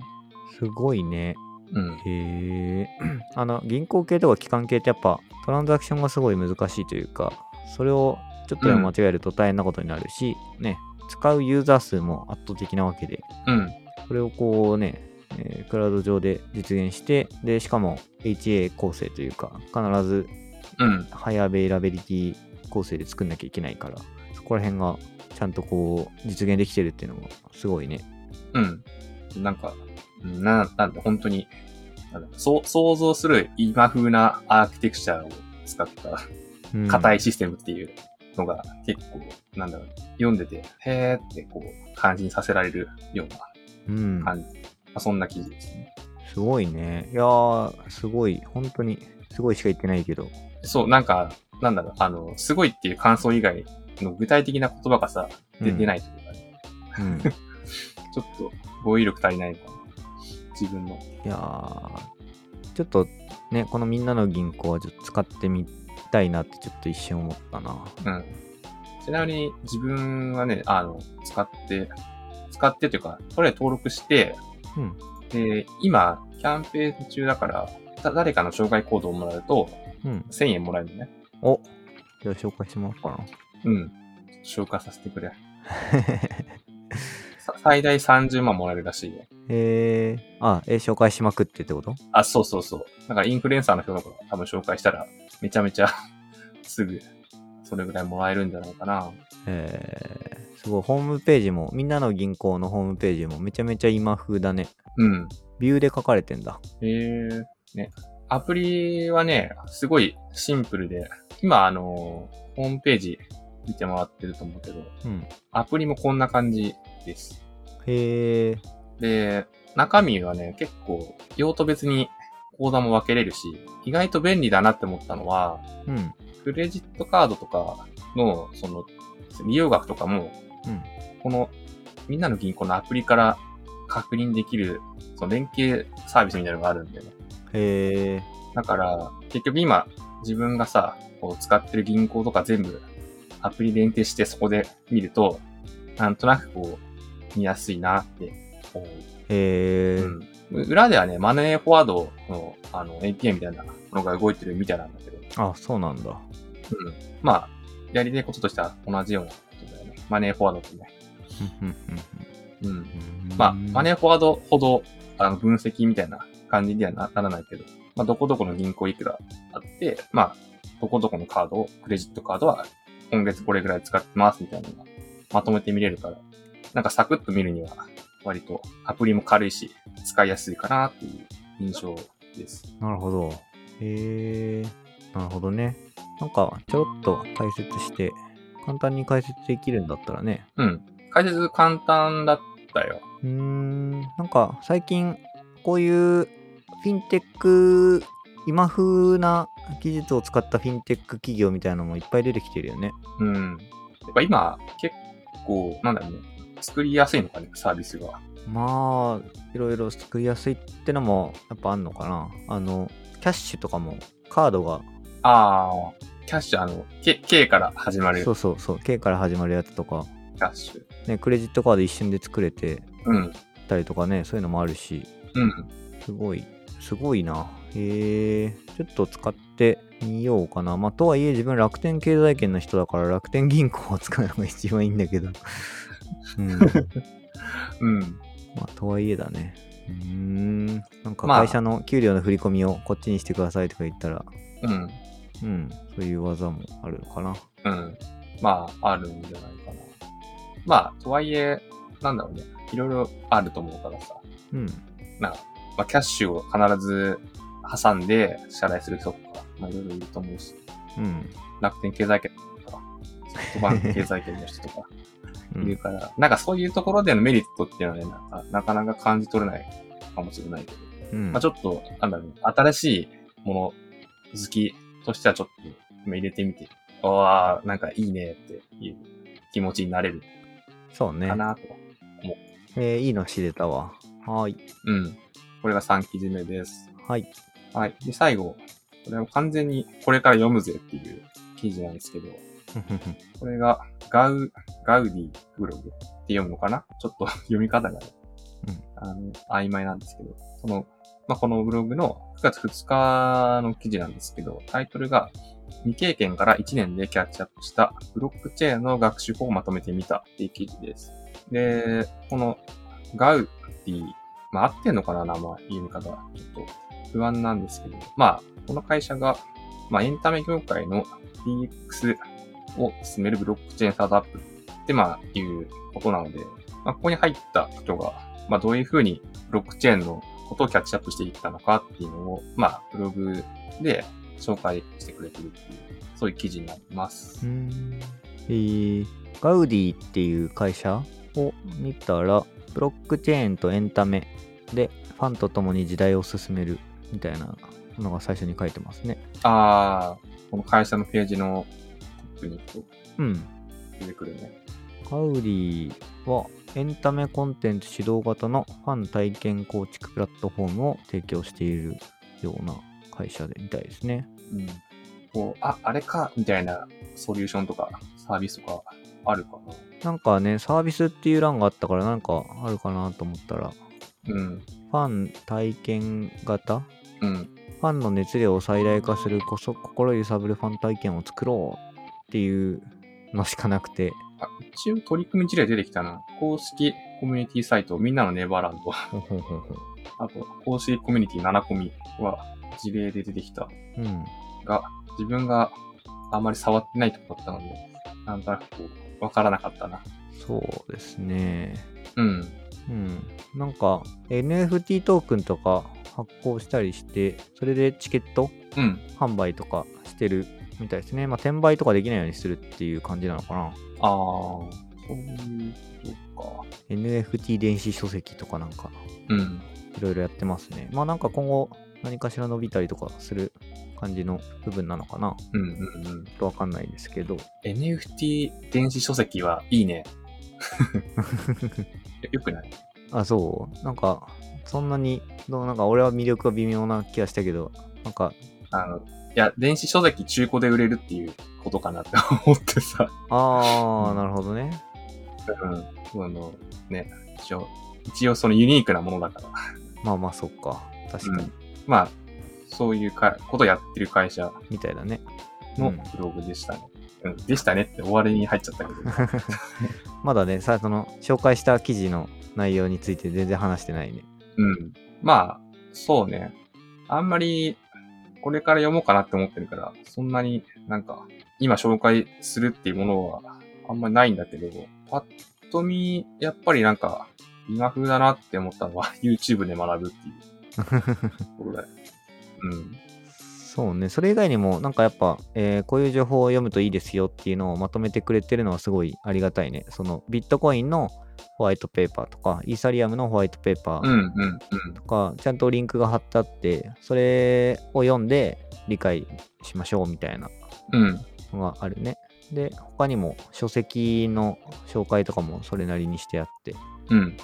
すごいね。うん。へえ。 あの、銀行系とか機関系ってやっぱトランザクションがすごい難しいというか、それをちょっとでも間違えると大変なことになるし、ね、使うユーザー数も圧倒的なわけで、うん。それをこうね、えークラウド上で実現して、で、しかも HA 構成というか、必ずうん。ハイアベイラビリティ構成で作んなきゃいけないから、そこら辺がちゃんとこう、実現できてるっていうのもすごいね。うん。なんか、うんな、なんで本当に、なんだそう、想像する今風なアーキテクチャを使ったうん硬いシステムっていうのが結構、なんだろう、読んでて、へーってこう、感じにさせられるよううんな。感じ。まあ、そんな記事ですね。すごいね。いやー、すごい。本当に、すごいしか言ってないけど。そう、なんか、なんだろう、あの、すごいっていう感想以外の具体的な言葉がさ、出うん出ないというかね、うん。ちょっと語彙力足りないのかな。自分の。いやーちょっとね、このみんなの銀行はちょっと使ってみたいなってちょっと一瞬思ったな。うん。ちなみに自分はね、あの、使って、使ってというか、これ登録して、うん。で、今、キャンペーン中だから、だ誰かの紹介コードをもらうと、うん。 1000円もらえるのね。おじゃあ紹介してもらおうかな。 うん。紹介させてくれ。さ最大30万もらえるらしいよ。えー、あ、えー紹介しまくってってことあ、そうそうそう。だからインフルエンサーの人とか多分紹介したら、めちゃめちゃ、 すぐ、それぐらいもらえるんじゃないかな。えー、すごい。ホームページも、みんなの銀行のホームページもめちゃめちゃ今風だね。うん。ビューで書かれてんだ。へえね。アプリはね、すごいシンプルで、今あの、ホームページ見てもらってると思うけど、うん。アプリもこんな感じです。へえ。で、中身はね、結構、用途別に口座も分けれるし、意外と便利だなって思ったのは、うん。クレジットカードとかの、その、利用額とかも、うんこの、みんなの銀行のアプリから確認できる、その連携サービスみたいなのがあるんだよね。へえ。だから、結局今、自分がさ、こう使ってる銀行とか全部、アプリ連携してそこで見ると、なんとなくこう、見やすいなって思う。へえ。うん、裏ではね、マネーフォワードのあの ATM みたいなものが動いてるみたいなんだけど、あ、そうなんだ。うん、まあ、やりたいこととしては同じようなことだよね。マネーフォワードとね。うんうんうんうん、うんまあ、マネーフォワードほどあの分析みたいな感じにはなならないけど、まあ、どこどこの銀行いくらあって、まあ、どこどこのカードを、クレジットカードは今月これぐらい使ってますみたいなのがまとめて見れるから、なんかサクッと見るには割とアプリも軽いし、使いやすいかなっていう印象です。なるほど。へえ。なるほどね。なんか、ちょろっと解説して、簡単に解説できるんだったらね。うん。解説簡単だったよ。うーん、なんか、最近、こういう、フィンテック、今風な技術を使ったフィンテック企業みたいなのもいっぱい出てきてるよね。うん。やっぱ今、結構、なんだろうね。作りやすいのかね、サービスが。まあ、いろいろ作りやすいってのもやっぱあんのかな。あの、キャッシュとかもカードが、ああ、キャッシュ、あの、K, K から始まるキそうそうそう、K から始まるやつとか、ャッシュ。ね、クレジットカード一瞬で作れてうん。たりとかね、そういうのもあるし、うん。すごい、すごいな。へえ、ちょっと使ってみようかな。まあ、とはいえ自分楽天経済圏の人だから楽天銀行を使うのが一番いいんだけ ど。うん。うん。まあ、とはいえだね。うーん。なんかまあ会社の給料の振り込みをこっちにしてくださいとか言ったら、うん。うん、そういう技もあるのかな。うん。まあ、あるんじゃないかな。まあ、とはいえ、なんだろうね。いろいろあると思うからさ。うん。なんか、まあ、キャッシュを必ず挟んで支払いする人とか、まあ、いろいろいると思うし、うん。楽天経済圏とか、ソフトバンク経済圏の人とかういるん、から、なんかそういうところでのメリットっていうのはね、なんかなかなか感じ取れないかもしれないけど、うんまあ、ちょっと、なんだろうね、新しいもの好きとしてはちょっと入れてみて、ああ、なんかいいねっていう気持ちになれるそうねか。なと。えーいいの知れたわ。はーい。うん。これが3記事目です。はい。はい。で、最後、これは完全にこれから読むぜっていう記事なんですけど、これがガウ、ガウディブログって読むのかなちょっと 読み方がね、うんあの、曖昧なんですけど、その、まあ、このブログの9月2日の記事なんですけど、タイトルが未経験から1年でキャッチアップしたブロックチェーンの学習法をまとめてみたっていう記事です。で、このガウディ、まあ、合ってんのかな名前、読み方。ちょっと不安なんですけど、まあ、この会社が、まあ、エンタメ業界の DX を進めるブロックチェーンスタートアップって、まあ、いうことなので、まあ、ここに入った人が、まあ、どういうふうにブロックチェーンのことをキャッチアップしていったのかっていうのを、まあ、ブログで紹介してくれてるっていう、そういう記事になります。ん。えーガウディっていう会社を見たら、ブロックチェーンとエンタメで、ファンと共に時代を進めるみたいなのが最初に書いてますね。あー、この会社のページのトップに行くとうん。出てくるね。カウリーはエンタメコンテンツ指導型のファン体験構築プラットフォームを提供しているような会社でみたいですね。うん。こう、あ、あれか、みたいなソリューションとかサービスとかあるかなな。んかね、サービスっていう欄があったからなんかあるかなと思ったら、うん。ファン体験型うん。ファンの熱量を最大化するこそ心揺さぶるファン体験を作ろうっていうのしかなくて、あ、一応取り組み事例出てきたな。公式コミュニティサイト、みんなのネバーランド。 ほんほんほんほんあと、公式コミュニティ7コミは事例で出てきたうん。が、自分があんまり触ってないとこだったので、なんとなくこう、わからなかったな。そうですね。うん。うん、なんか NFT トークンとか発行したりしてそれでチケットうん。販売とかしてるみたいですねまあ転売とかできないようにするっていう感じなのかなあー、そういうことか。 NFT 電子書籍とかなんかうん。いろいろやってますねまあなんか今後何かしら伸びたりとかする感じの部分なのかなちょうんうんうん。っとわかんないですけど NFT 電子書籍はいいね。 よよくないあそうなんかそんなにどうなんか俺は魅力が微妙な気がしたけどなんかあの、いや、電子書籍中古で売れるっていうことかなって思ってさ。あうあんなるほどねうん。あの、ね、一応、一応そのユニークなものだから。まあまあそっか確かに、うんまあ、そういうかことをやってる会社みたいだねのうんブログでしたね。うん、でしたねって終わりに入っちゃったけど。まだね、さ、その、紹介した記事の内容について全然話してないね。うん。まあ、そうね。あんまり、これから読もうかなって思ってるから、そんなになんか、今紹介するっていうものはあんまりないんだけど、パッと見、やっぱりなんか、今風だなって思ったのは YouTube で学ぶっていうところだよ。うん。そうね、それ以外にも、なんかやっぱ、えーこういう情報を読むといいですよっていうのをまとめてくれてるのはすごいありがたいね。その、ビットコインのホワイトペーパーとか、イーサリアムのホワイトペーパうんーうんうん。とか、ちゃんとリンクが貼ってあって、それを読んで理解しましょうみたいなうん。のがあるね。で、他にも書籍の紹介とかもそれなりにしてあって、 うん。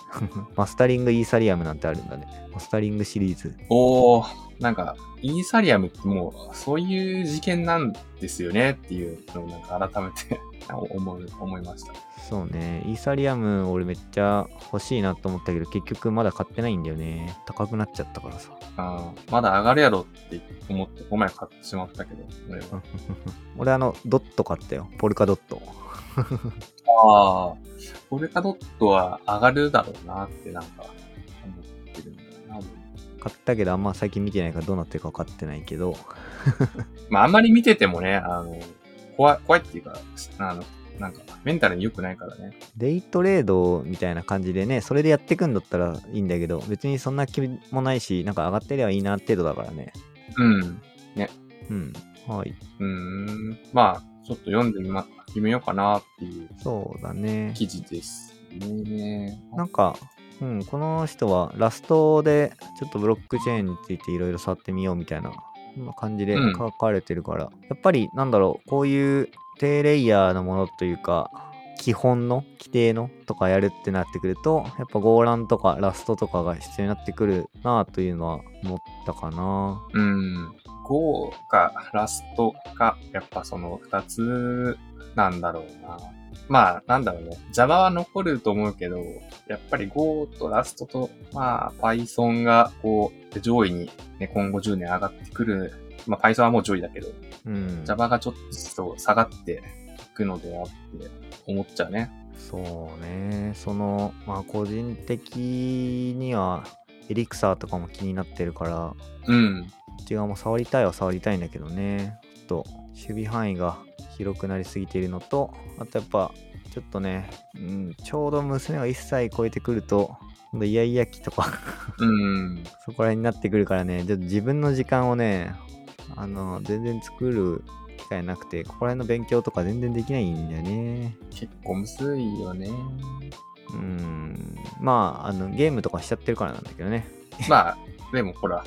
マスタリングイーサリアムなんてあるんだね。マスタリングシリーズ。おー、なんか、イーサリアムってもう、そういう事件なんですよねっていうのをなんか改めて 思う、思いました。そうね、イーサリアム俺めっちゃ欲しいなと思ったけど、結局まだ買ってないんだよね。高くなっちゃったからさ。あーまだ上がるやろって思って、この前買ってしまったけど、俺は。俺あの、ドット買ったよ。ポルカドット。ああ、ポルカドットは上がるだろうなってなんか思ってるんだよな。買ったけどあんま最近見てないからどうなってるか分かってないけど、まああんまり見ててもね、あの、怖い、怖いっていうか、あの、なんかメンタルに良くないからね。デイトレードみたいな感じでね、それでやってくんだったらいいんだけど、別にそんな気もないし、なんか上がってりゃいいな程度だからね。うん。うん。はい。うーん。まあ、ちょっと読んでみま、決めようかなっていうそうだね。記事ですね。なんか、うん、この人はラストでちょっとブロックチェーンについていろいろ触ってみようみたいなまあ感じでうん書かれてるから、やっぱりなんだろう、こういう低レイヤーのものというか、基本の規定のとかやるってなってくると、やっぱゴーランとかラストとかが必要になってくるなあというのは思ったかな。うん。5かラストか、やっぱその2つなんだろうな。まあ、なんだろうね。Java は残ると思うけど、やっぱり Go とラストと、まあ、Python が、こう、上位に、ね、今後10年上がってくる。まあ、Python はもう上位だけど、うん。 Java がちょっと下がっていくのではって思っちゃうね。そうね、その、まあ個人的にはエリクサーとかも気になってるから、うこん。っち側も触りたいは触りたいんだけどねちょっと守備範囲が広くなりすぎているのとあとやっぱちょっとね、うん、ちょうど娘が1歳超えてくると今度イヤイヤ期とか うん。そこら辺になってくるからねちょっと自分の時間をねあの全然作る機会なくてここら辺の勉強とか全然できないんだよね結構むずいよね。うんまああのゲームとかしちゃってるからなんだけどね まあ、でもほら、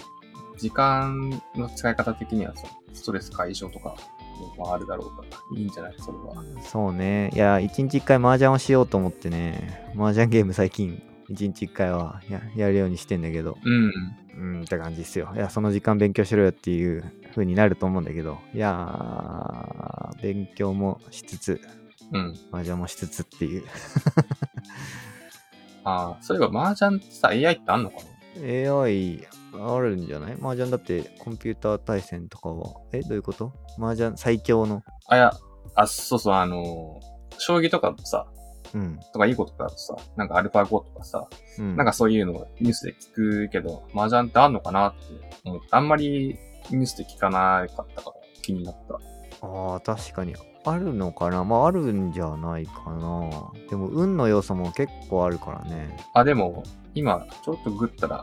時間の使い方的にはさ、ストレス解消とかもあるだろうから、いいんじゃないそれは。そうね。いや、一日一回麻雀をしようと思ってね、麻雀ゲーム最近、一日一回はややるようにしてんだけど、うん。うんって感じですよ。いや、その時間勉強しろよっていう風になると思うんだけど、いやー、勉強もしつつ、うん。麻雀もしつつっていう。 ああ、そういえば麻雀ってさ、AI ってあんのか AI あるんじゃない麻雀だってコンピューター対戦とかは、え、どういうこと麻雀最強の。なあ、いや、あ、そうそう、あのー将棋とかもさ、うん。とかいいことかさ、なんかアルファ5とかさ、うん、なんかそういうのをニュースで聞くけど、麻雀ってあんのかなって思って、あんまりニュースで聞かなかったから気になった。ああ、確かに。あるのかなまあ、あるんじゃないかな。でも、運の要素も結構あるからね。あ、でも、今、ちょっとグッたら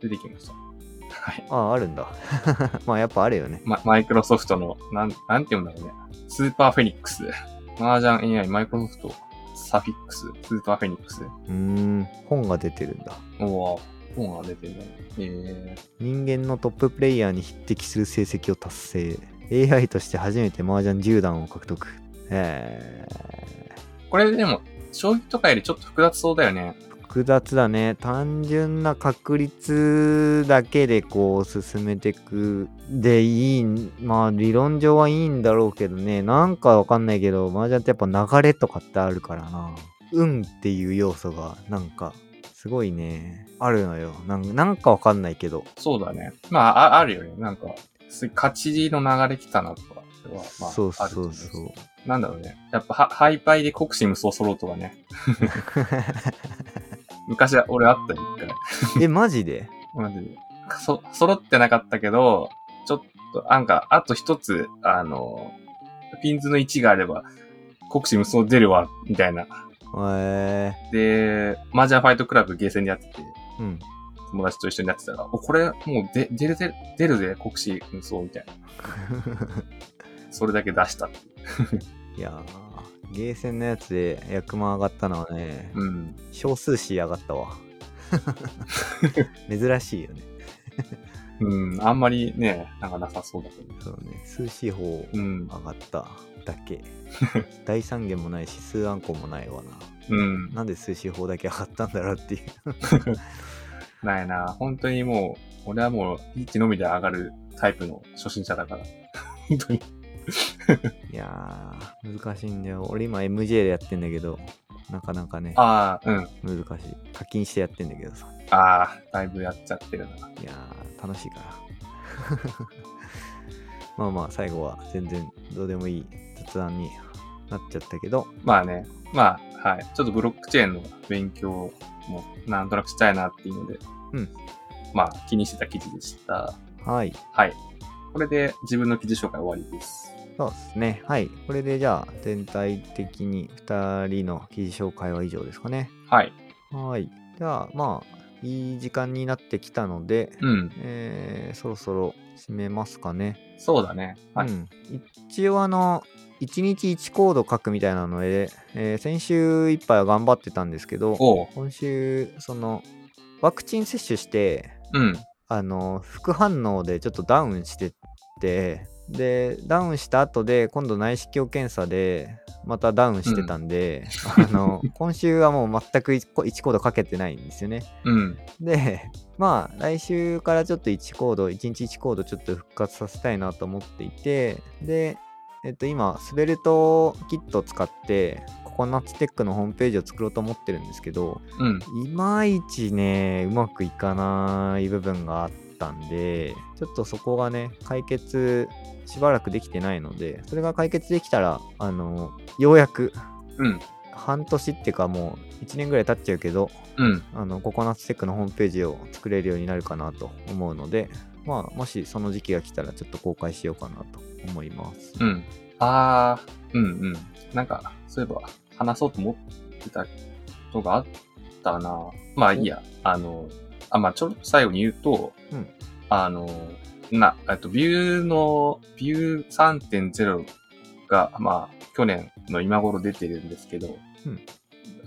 出てきました。はい。ああ、あるんだ。 まあ、やっぱあるよね。ママイクロソフトの、なん、なんて読むんだろうね。スーパーフェニックス。麻雀 AI、マイクロソフト、サフィックス、スーパーフェニックス。うーん、本が出てるんだ。おぉ、本が出てるね。え人間のトッププレイヤーに匹敵する成績を達成。AI として初めて麻雀10段を獲得。えー、これでも、将棋とかよりちょっと複雑そうだよね。ー、複雑だね。単純な確率だけでこう進めてく。で、いい、まあ理論上はいいんだろうけどね。なんかわかんないけど、麻雀ってやっぱ流れとかってあるからな。運っていう要素がなんかすごいね。あるのよ。なんなんかわかんないけど。そうだね。まあ、ああるよね。なんか、す勝ちの流れ来たなとか。はまあ、そうあるとそ思うそう。う。なんだろうね。やっぱハ、ハイパイで国士無双ソロとかね。 昔は俺あったよ、一回。え、マジでマジで。そ、揃ってなかったけど、ちょっと、なんか、あと一つ、あの、ピンズの位置があれば、国士無双出るわ、みたいな。えで、マージャンファイトクラブゲーセンでやってて、ー、うん。友達と一緒にやってたら、お、これ、もう出、出るぜ、出るぜ、国士無双、みたいな。それだけ出したっていう。いやー、ゲーセンのやつで役満上がったのはね、うん。少数詞上がったわ。珍しいよね。うん、あんまりね、なんかなさそうだけど。そうね、数四方うん。上がっただけ。大三元もないし、数暗号もないわな。うん。なんで数四方だけ上がったんだろうっていう。ないな。本当にもう、俺はもう、リーチのみで上がるタイプの初心者だから。 本当に。いやー、難しいんだよ。俺今 MJ でやってんだけど、なかなかね、ああ、うん。難しい。課金してやってんだけどさ。ああ、だいぶやっちゃってるな。いやー、楽しいから。 まあまあ、最後は全然どうでもいい雑談になっちゃったけど、まあね。まあ、はい。ちょっとブロックチェーンの勉強も、なんとなくしたいなっていうので。うん。まあ、気にしてた記事でした。はい。はい。これで自分の記事紹介終わりです。そうですね。はい。これでじゃあ、全体的に2人の記事紹介は以上ですかね。はい。はい。じゃあ、まあ、いい時間になってきたので、うん。えーそろそろ締めますかね。そうだね。はい。うん、一応、あの、1日1コード書くみたいなので、えー先週いっぱいは頑張ってたんですけど、おう。今週、その、ワクチン接種して、うん。あの副反応でちょっとダウンしてってでダウンした後で今度内視鏡検査でまたダウンしてたんで、あの今週はもう全く 1, コードかけてないんですよねうん。でまあ来週からちょっと1コード1日1コードちょっと復活させたいなと思っていてでえっと今スベルトキットを使ってココナッツテックのホームページを作ろうと思ってるんですけどうん。いまいちねうまくいかない部分があったんでちょっとそこがね解決しばらくできてないのでそれが解決できたらあのようやくうん。半年っていうかもう1年ぐらい経っちゃうけどうん。あのココナッツテックのホームページを作れるようになるかなと思うので、まあ、もしその時期が来たらちょっと公開しようかなと思います。うん。あー、うんうん。なんか、そういえば、話そうと思ってたことがあったな。まあいいや。あの、あ、まあちょっと最後に言うと、うんあの、な、えっと、ビューの、ビュー3.0が、まあ、去年の今頃出てるんですけど、うん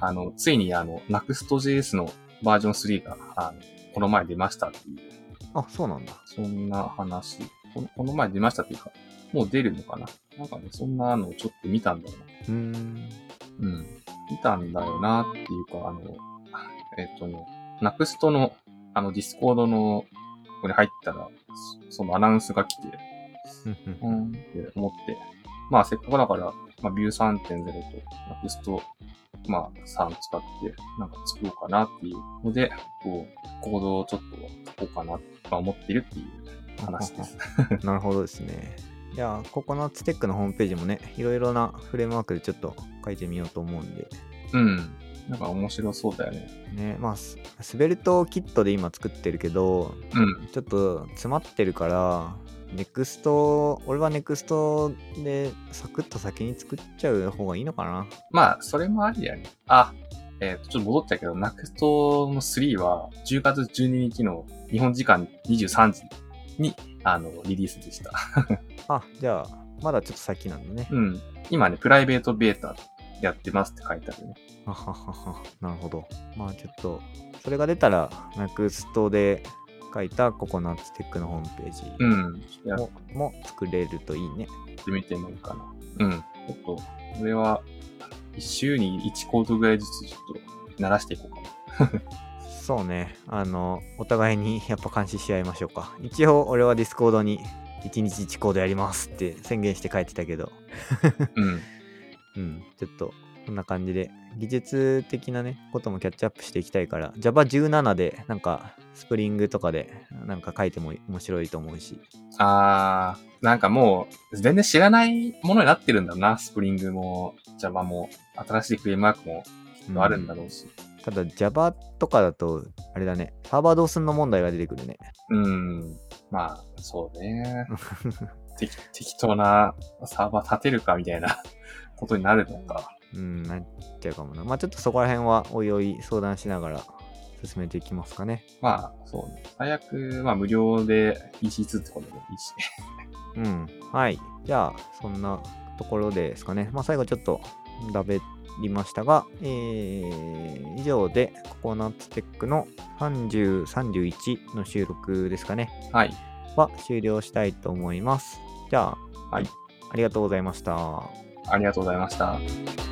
あの、ついにあの、Next.js のバージョン3が、あの、この前出ましたっていう、あそうなんだ。そんな話。このこの前出ましたっていうか、もう出るのかななんかね、そんなのをちょっと見たんだようーん。な。うん。見たんだよなっていうか、あの、えっとね、ナクストの、あの、ディスコードの、ここに入ったら、そそのアナウンスが来て、うんうんうんって思って、まあせっかくだから、まあビュー3.0と、ナクスト、まあ3使って、なんか作ろうかなっていうので、こう、コードをちょっと書こうかな、まあ思ってるっていう話です。 なるほどですね。じゃあ、ココナッツテックのホームページもね、いろいろなフレームワークでちょっと書いてみようと思うんで、うん。なんか面白そうだよね。ね、まあ、ススベルトキットで今作ってるけど、うん。ちょっと詰まってるから、ネクスト、俺はネクストでサクッと先に作っちゃう方がいいのかな。まあ、それもありだよね。あ、えっ、と、ちょっと戻っちゃうけど、ナクストの3は10月12日の日本時間23時に、あの、リリースでした。あ、じゃあ、まだちょっと先なんだね。 うん。今ね、プライベートベータやってますって書いてあるね。ははははなるほど。まあちょっと、それが出たら、ネクストで書いたココナッツテックのホームページうん。ちょっとやっも,、も作れるといいね。てみてもいいかな。うん。ちょっと、これは、1週に1コードぐらいずつちょっと、鳴らしていこうかな。そうね。あの、お互いにやっぱ監視し合いましょうか。一応、俺はディスコードに1日1コードやりますって宣言して書いてたけど、うん。うん、ちょっと、こんな感じで、技術的なね、こともキャッチアップしていきたいから、Java17 で、なんか、スプリングとかで、なんか書いても面白いと思うし、あー、なんかもう、全然知らないものになってるんだな。スプリングも、Java も、新しいフレームワークもきっとあるんだろうし。ただ Java とかだと、あれだね、サーバーどうすんの問題が出てくるね。うん、まあ、そう ね。適適当なサーバー立てるかみたいな ことになるのか。うん、なっちゃうかもな。まあちょっとそこら辺は、おいおい相談しながら進めていきますかね。まあ、そうね。最悪、まあ無料で EC2 ってことでもいいし。うん。はい。じゃあ、そんなところですかね。まあ、最後ちょっと、ラベりましたが、えー以上でココナッツテックの30、31の収録ですかね。はい。は終了したいと思います。じゃあ、はい、ありがとうございました。ありがとうございました。